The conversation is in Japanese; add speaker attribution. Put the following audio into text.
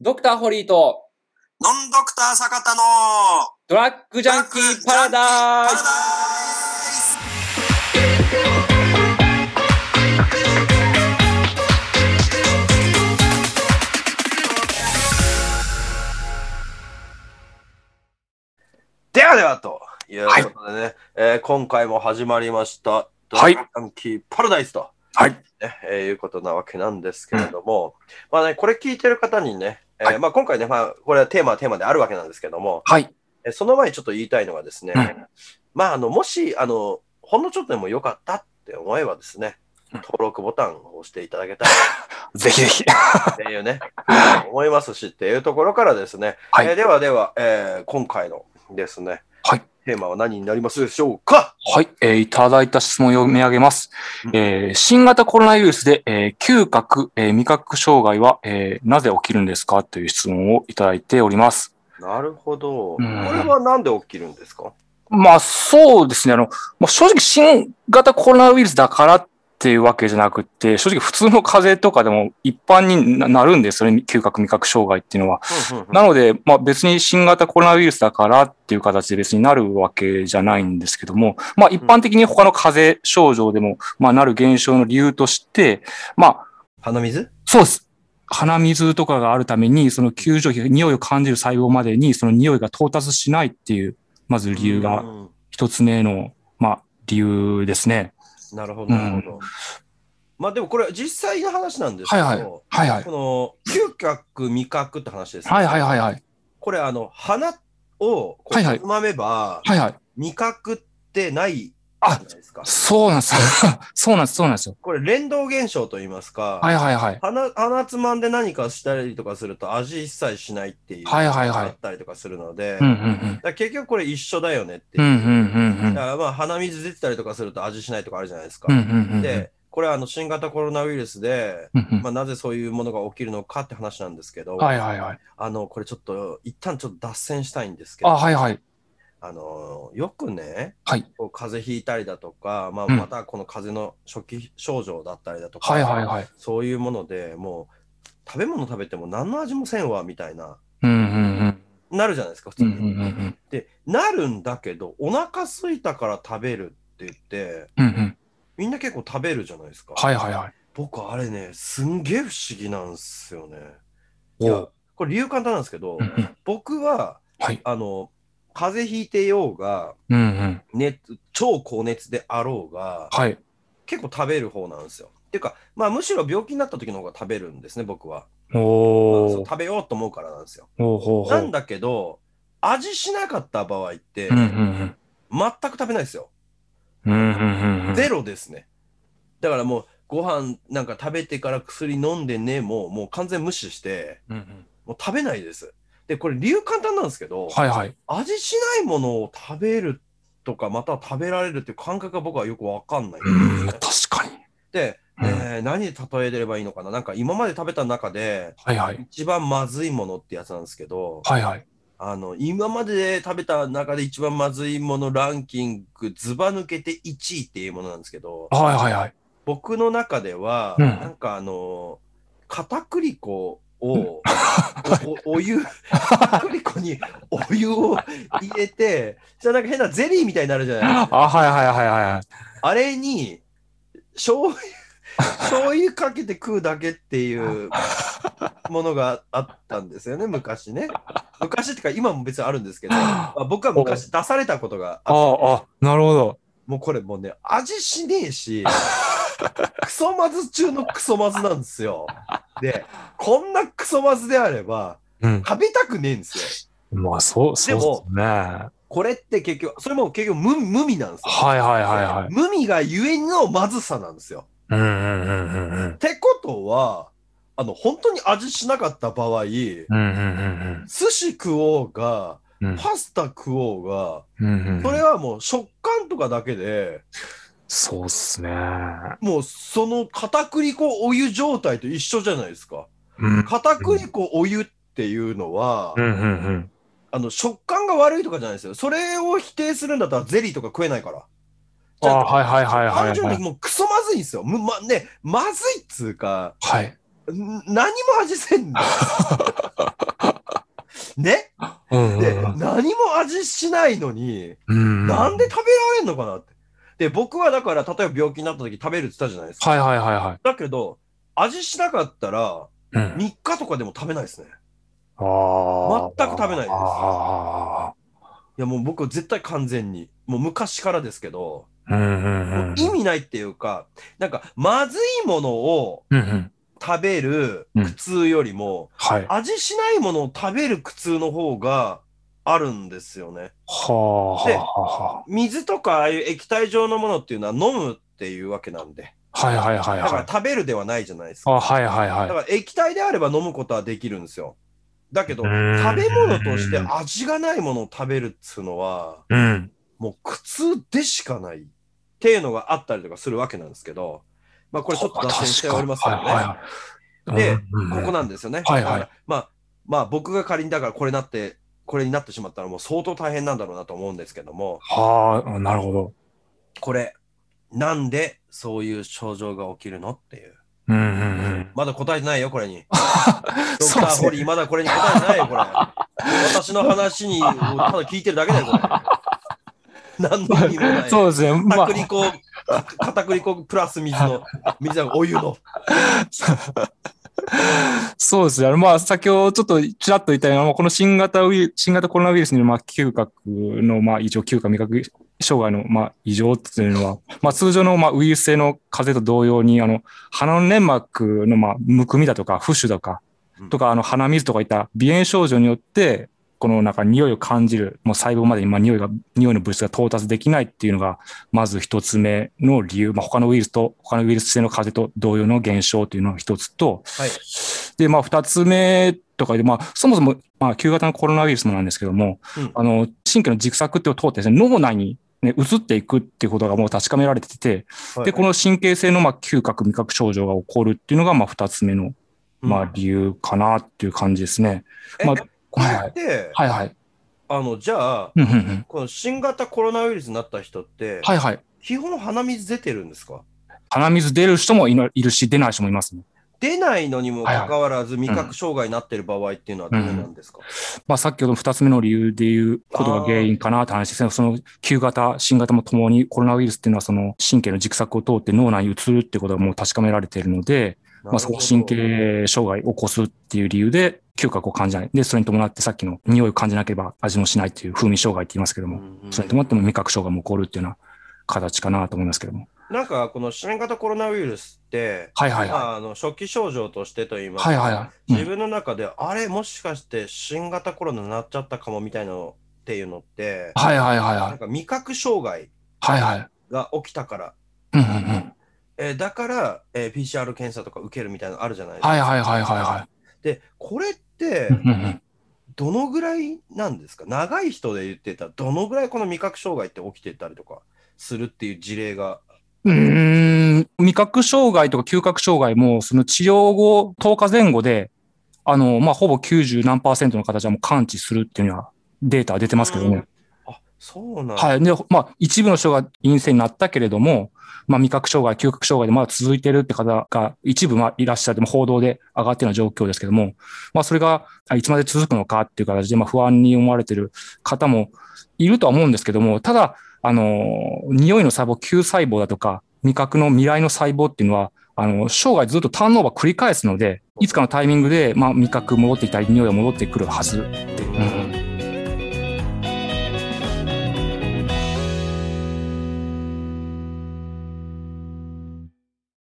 Speaker 1: ドクターホリーと
Speaker 2: ノンドクター坂田の
Speaker 1: ドラッグジャンキーパラダイス
Speaker 3: ではではということでね、えー今回も始まりました、ドラ
Speaker 2: はい
Speaker 3: ッンキーパラダイスと、
Speaker 2: はい
Speaker 3: ねえーいうことなわけなんですけれども、まあね、これ聞いてる方にね、えー
Speaker 2: はい
Speaker 3: まあ、今回ね、まあ、これはテーマはテーマであるわけなんですけども、
Speaker 2: はい。
Speaker 3: えーその前にちょっと言いたいのがですね、
Speaker 2: うん
Speaker 3: まあ、あのもしあのほんのちょっとでもよかったって思えばですね、
Speaker 2: うん
Speaker 3: 登録ボタンを押していただけた
Speaker 2: ぜひぜひ。
Speaker 3: らっていうね、思いますしっていうところからですね、
Speaker 2: はい
Speaker 3: えーではでは、えー今回のですね、
Speaker 2: はい
Speaker 3: テーマは何になりますでしょうか
Speaker 2: はい。えーいただいた質問を読み上げます。
Speaker 3: うん
Speaker 2: えー新型コロナウイルスで、えー嗅覚、えー味覚障害は、えーなぜ起きるんですかという質問をいただいております。
Speaker 3: なるほど。こ
Speaker 2: う
Speaker 3: れ
Speaker 2: ん
Speaker 3: はなんで起きるんですか
Speaker 2: まあ、そうですね。あの、まあ、正直新型コロナウイルスだからっていうわけじゃなくて、正直普通の風邪とかでも一般にななるんですよね。嗅覚味覚障害っていうのは。なので、まあ別に新型コロナウイルスだからっていう形で別になるわけじゃないんですけども、まあ一般的に他の風邪症状でも、まあなる現象の理由として、まあ
Speaker 3: 鼻水
Speaker 2: そうです。鼻水とかがあるために、その救助費、匂いを感じる細胞までにその匂いが到達しないっていう、まず理由
Speaker 3: う
Speaker 2: が
Speaker 3: ん
Speaker 2: 一つ目の、まあ理由ですね。
Speaker 3: なるほど、なるほど。まあでもこれは実際の話なんですけ
Speaker 2: はい
Speaker 3: ど、
Speaker 2: はい。はいはい。
Speaker 3: この嗅覚、味覚って話です、ね。
Speaker 2: はいはいはいはい。
Speaker 3: これあの、鼻をこう
Speaker 2: はいはい
Speaker 3: つまめば、
Speaker 2: はいはい。
Speaker 3: 味覚ってないじゃ
Speaker 2: あ
Speaker 3: ないですか。
Speaker 2: そうなんです。 そうなんです。そうなんですよ。
Speaker 3: これ連動現象と言いますか、
Speaker 2: はいはいはい。
Speaker 3: 鼻鼻つまんで何かしたりとかすると味一切しないっていう、
Speaker 2: はいはいはい
Speaker 3: あったりとかするので、
Speaker 2: うんう
Speaker 3: だ
Speaker 2: ん
Speaker 3: か
Speaker 2: うん。
Speaker 3: ら結局これ一緒だよねっていう
Speaker 2: うんうんうんうん
Speaker 3: だからまあ鼻水出てたりとかすると味しないとかあるじゃないですか。
Speaker 2: うんうんうんうん。
Speaker 3: で、これはあの新型コロナウイルスで、
Speaker 2: うんうん
Speaker 3: まあ、なぜそういうものが起きるのかって話なんですけど、
Speaker 2: はいはいはい。
Speaker 3: あのこれちょっと一旦ちょっと脱線したいんですけど、
Speaker 2: あ、
Speaker 3: あ
Speaker 2: はいはい。
Speaker 3: のよくね、
Speaker 2: はい
Speaker 3: こう風邪ひいたりだとか、まあ、
Speaker 2: うん
Speaker 3: またこの風邪の初期症状だったりだとか、
Speaker 2: はいはいはい。
Speaker 3: そういうものでもう食べ物食べても何の味もせんわみたいな、
Speaker 2: うんうん
Speaker 3: なるじゃないですか、普
Speaker 2: うん。うん
Speaker 3: 通に。
Speaker 2: うんうんうん。
Speaker 3: で、なるんだけど、お腹すいたから食べるって言って、
Speaker 2: うんうん。
Speaker 3: みんな結構食べるじゃないですか。
Speaker 2: はいはいはい。
Speaker 3: 僕、あれね、すんげえ不思議なんですよね。い
Speaker 2: お
Speaker 3: や
Speaker 2: う。
Speaker 3: これ理由簡単なんですけ
Speaker 2: う
Speaker 3: ど、
Speaker 2: んうん。
Speaker 3: 僕は、
Speaker 2: はい。
Speaker 3: あの、風邪ひいてようが、
Speaker 2: うんうん。
Speaker 3: 熱、超高熱であろうが、
Speaker 2: はい。
Speaker 3: 結構食べる方なんですよ。っていうか、まあ、むしろ病気になった時の方が食べるんですね、僕は。まあそ
Speaker 2: お
Speaker 3: う
Speaker 2: ー。
Speaker 3: 食べようと思うからなんですよ。
Speaker 2: ほうほうほ
Speaker 3: なん
Speaker 2: う。
Speaker 3: だけど、味しなかった場合って、
Speaker 2: うんうんう
Speaker 3: 全
Speaker 2: ん。
Speaker 3: く食べないですよ。
Speaker 2: うんうんうん。
Speaker 3: ゼロですね。だからもう、ご飯なんか食べてから薬飲んでねも、もう完全無視して、
Speaker 2: うんうん。
Speaker 3: もう食べないです。で、これ理由簡単なんですけど、
Speaker 2: はいはい。
Speaker 3: 味しないものを食べるとか、または食べられるっていう感覚が僕はよくわかんないん
Speaker 2: うん、
Speaker 3: です
Speaker 2: 確
Speaker 3: ね。
Speaker 2: かに。
Speaker 3: で、
Speaker 2: うん
Speaker 3: えー何で例えればいいのかななんか今まで食べた中で、
Speaker 2: はいはい。
Speaker 3: 一番まずいものってやつなんですけど、
Speaker 2: はいはい。
Speaker 3: あの、今まで食べた中で一番まずいものランキング、ずば抜けて1位っていうものなんですけど、
Speaker 2: はいはいはい。
Speaker 3: 僕の中では、
Speaker 2: うん
Speaker 3: なんかあの片栗粉を、おおお 湯片栗粉にお湯を入れてじゃあなんか変なゼリーみたいになるじゃない
Speaker 2: あ、はいはいはいはいはい。
Speaker 3: あれに醤油醤油かけて食うだけって いうものがあったんですよね昔ね昔ってか今も別にあるんですけど、まあ、僕は昔出されたことが
Speaker 2: あ
Speaker 3: あって
Speaker 2: あ、なるほど。
Speaker 3: もうこれもうね、味しね えし、クソまず中のクソまずなんですよ。で、こんなクソまずであれば、
Speaker 2: うん。
Speaker 3: 食べたくねえんですよ。
Speaker 2: まあ、そう、そうですね。は
Speaker 3: これって結局、それも結局無無味なんです
Speaker 2: い
Speaker 3: よ。
Speaker 2: はいはいはい。
Speaker 3: 無味がゆえのまずさなんですよ。
Speaker 2: うんうんうんうんうん。
Speaker 3: ってことは、あの、本当に味しなかった場合、寿
Speaker 2: うんうんうん
Speaker 3: 司食おうが、
Speaker 2: うん。
Speaker 3: パスタ食おうが、
Speaker 2: うんうん。
Speaker 3: それはもう食感とかだけで、
Speaker 2: そうっすね。
Speaker 3: もうその片栗粉お湯状態と一緒じゃないですか。
Speaker 2: うん。
Speaker 3: 片栗粉お湯っていうのは、
Speaker 2: うんうんうん。
Speaker 3: あの食感が悪いとかじゃないですよ。それを否定するんだったらゼリーとか食えないから。
Speaker 2: ああ、はいはいはい
Speaker 3: 単
Speaker 2: はい
Speaker 3: 純
Speaker 2: は
Speaker 3: に
Speaker 2: い。
Speaker 3: もうクソまずいんですよ。むまね、まずいっつうか、
Speaker 2: はい。
Speaker 3: ん何も味せんの。しないのに、
Speaker 2: うん。
Speaker 3: なんで食べられんのかなって。で、僕はだから、例えば病気になった時食べるって言ったじゃないですか。
Speaker 2: はいはいはいはい。
Speaker 3: だけど、味しなかったら、
Speaker 2: うん
Speaker 3: 3日とかでも食べないですね。
Speaker 2: ああ。
Speaker 3: 全く食べないです
Speaker 2: あ
Speaker 3: いや、もう僕絶対完全に。もう昔からですけど、
Speaker 2: あ。うんうんうん。
Speaker 3: 意味ないっていうか、なんか、まずいものを
Speaker 2: うんうん。
Speaker 3: 食べる
Speaker 2: うん
Speaker 3: 苦痛よりも、
Speaker 2: はい。は
Speaker 3: 味しないものを食べる苦痛の方があるんですよね。
Speaker 2: あはあは
Speaker 3: 水とかああいう液体状のものっていうのは飲むっていうわけなんで。
Speaker 2: あ。はいはいはい
Speaker 3: だか
Speaker 2: は
Speaker 3: ら
Speaker 2: い。
Speaker 3: 食べるではないじゃないです
Speaker 2: あ
Speaker 3: か。
Speaker 2: はいはい
Speaker 3: だか
Speaker 2: は
Speaker 3: ら液体であれば飲むことはできるんですよ。だけど、
Speaker 2: う
Speaker 3: 食
Speaker 2: ーん
Speaker 3: べ物として味がないものを食べるっつうのは、
Speaker 2: い。うん。
Speaker 3: もう苦痛でしかないっていうのがあったりとかするわけなんですけど、まあこれちょっと脱線しておりますけどね。
Speaker 2: 確かに
Speaker 3: で、
Speaker 2: うんうん
Speaker 3: ここなんですよね。
Speaker 2: はいはい
Speaker 3: だからまあ、まあ僕が仮にだからこれなって、これになってしまったらもう相当大変なんだろうなと思うんですけども、
Speaker 2: はあ、なるほど。
Speaker 3: これ、なんでそういう症状が起きるのっていう。
Speaker 2: うんうんうん。
Speaker 3: まだ答えてないよ、こ れに。ドク
Speaker 2: そうで
Speaker 3: ター
Speaker 2: す
Speaker 3: ホ
Speaker 2: ね。
Speaker 3: リー、まだこれに答えてないよ、これ。私の話に、ただ聞いてるだけだよ、これ。何の意味もない。
Speaker 2: そうですね。ま
Speaker 3: 片
Speaker 2: あ、
Speaker 3: 栗粉、片栗粉プラス水の、水のお湯の。
Speaker 2: そうですね。まあ、先ほどちょっとちらっと言ったような、まあこの新型ウイル新型コロナウイルスによる、まあ、嗅覚の、まあ、異常、嗅覚味覚障害の、まあ、異常っていうのは、まあ、通常の、まあ、ウイルス性の風邪と同様に、あの、鼻の粘膜の、まあ、むくみだとか、浮腫だとか
Speaker 3: うん、
Speaker 2: とか、あの、鼻水とかいった鼻炎症状によって、このなんか匂いを感じる、もう細胞までに、まあ、匂いが、匂いの物質が到達できないっていうのが、まず一つ目の理由、まあ、他のウイルスと、他のウイルス性の風邪と同様の現象というのが一つと、
Speaker 3: はい
Speaker 2: で、まあ、二つ目とかで、まあ、そもそも、まあ、旧型のコロナウイルスもなんですけども、
Speaker 3: うん
Speaker 2: あの、神経の軸索っていうのを通ってですね、脳内にね、移っていくっていうことがもう確かめられてて、
Speaker 3: はい
Speaker 2: で、この神経性の、まあ、嗅覚、味覚症状が起こるっていうのが、まあ、二つ目の、まあ、理由かなっていう感じですね。
Speaker 3: え
Speaker 2: まあ
Speaker 3: これ
Speaker 2: はいは
Speaker 3: っ
Speaker 2: い。
Speaker 3: て、
Speaker 2: はいはい。
Speaker 3: あの、じゃあ、
Speaker 2: うんうんうん。
Speaker 3: この新型コロナウイルスになった人って、
Speaker 2: はいはい。
Speaker 3: 基本鼻水出てるんですか
Speaker 2: 鼻水出る人もいるいるし、出ない人もいますね。
Speaker 3: 出ないのにもかかわらず味
Speaker 2: はい
Speaker 3: 覚障害になってる場合っていうのはどうなんですか、
Speaker 2: まあ、さっきほど2つ目の理由でいうことが原因かなって話ですね。その旧型、新型もともにコロナウイルスっていうのはその神経の軸索を通って脳内に移るってことがもう確かめられているので、まあ、そこ神経障害を起こすっていう理由で嗅覚を感じない。で、それに伴ってさっきの匂いを感じなければ味もしないっていう風味障害って言いますけども、それに伴っても味覚障害も起こるっていうような形かなと思いますけども。
Speaker 3: なんかこの新型コロナウイルスって、
Speaker 2: はいはい
Speaker 3: ま
Speaker 2: は
Speaker 3: あ、あの初期症状としてといい
Speaker 2: い。
Speaker 3: ますか、
Speaker 2: はいはいはい。
Speaker 3: 自分の中で、あれ、もしかして新型コロナになっちゃったかもみたいなのっていうのって、
Speaker 2: はいはいはいは
Speaker 3: なん
Speaker 2: い。
Speaker 3: か味覚障害
Speaker 2: はいはい。
Speaker 3: が起きたから、
Speaker 2: うんうんうん。
Speaker 3: えーだから、えー PCR 検査とか受けるみたいなのあるじゃないですか。
Speaker 2: はいはいはいはいは
Speaker 3: で、これって
Speaker 2: い。うんうんうん。
Speaker 3: どのぐらいなんですか長い人で言ってたら、どのぐらいこの味覚障害って起きてたりとかするっていう事例が。
Speaker 2: うーん、味覚障害とか嗅覚障害も、その治療後10日前後で、あの、まあ、ほぼ90何パーセントの形はもう完治するっていうのはデータは出てますけどね。
Speaker 3: あ、そうなん
Speaker 2: はい。で、まあ、一部の人が陰性になったけれども、まあ、味覚障害、嗅覚障害でまだ続いてるって方が一部まあいらっしゃって、まあ報道で上がってるような状況ですけども、まあ、それがあいつまで続くのかっていう形で、まあ、不安に思われてる方もいるとは思うんですけども、ただ、あの、匂いの細胞、旧細胞だとか、味覚の未来の細胞っていうのは、あの、生涯ずっとターンオーバー繰り返すので、いつかのタイミングで、まあ、味覚戻ってきたり、匂いが戻ってくるはず。
Speaker 3: うん
Speaker 2: うん